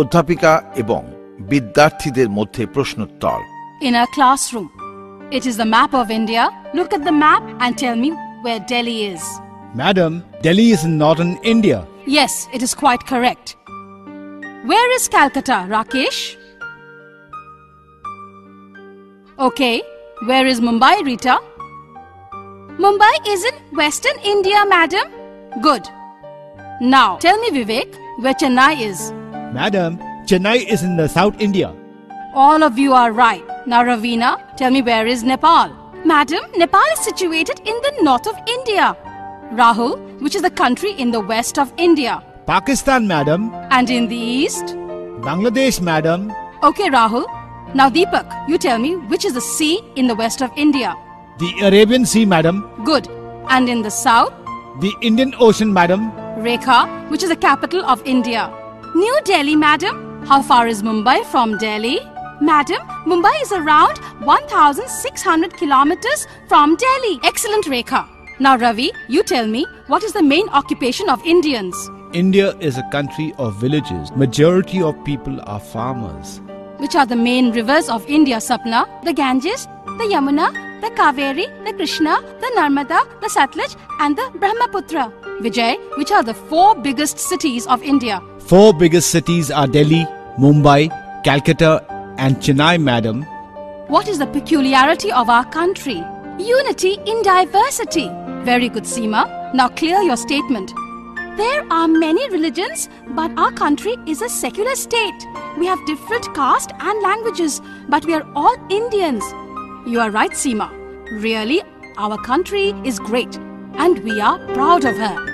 অধ্যাপিকা এবং বিদ্যার্থীদের মধ্যে প্রশ্নোত্তর in a classroom. It is the map of India. Look at the map and tell me where Delhi is. Madam, Delhi is in northern India. Yes, it is quite correct. Where is Calcutta, Rakesh? Okay, where is Mumbai, Rita? Mumbai is in western India, madam. Good. Now, tell me, Vivek, where Chennai is. Madam, Chennai is in the south India. All of you are right. Now, Ravina, tell me where is Nepal? Madam, Nepal is situated in the north of India. Rahul, which is the country in the west of India. Pakistan, madam. And in the east? Bangladesh, madam. Okay, Rahul. Now, Deepak, you tell me which is the sea in the west of India? The Arabian Sea, madam. Good. And in the south? The Indian Ocean, madam. Rekha, which is the capital of India. New Delhi, madam. How far is Mumbai from Delhi? Madam, Mumbai is around 1600 kilometers from Delhi. Excellent, Rekha. Now, Ravi, you tell me what is the main occupation of Indians? India is a country of villages. Majority of people are farmers. Which are the main rivers of India, Sapna? The Ganges, the Yamuna, the Kaveri, the Krishna, the Narmada, the Satluj, and the Brahmaputra. Vijay, which are the four biggest cities of India? Four biggest cities are Delhi, Mumbai, Calcutta, and Chennai, madam. What is the peculiarity of our country? Unity in diversity. Very good, Seema. Now clear your statement. There are many religions, but our country is a secular state. We have different caste and languages, but we are all Indians. You are right, Seema. Really, our country is great, and we are proud of her.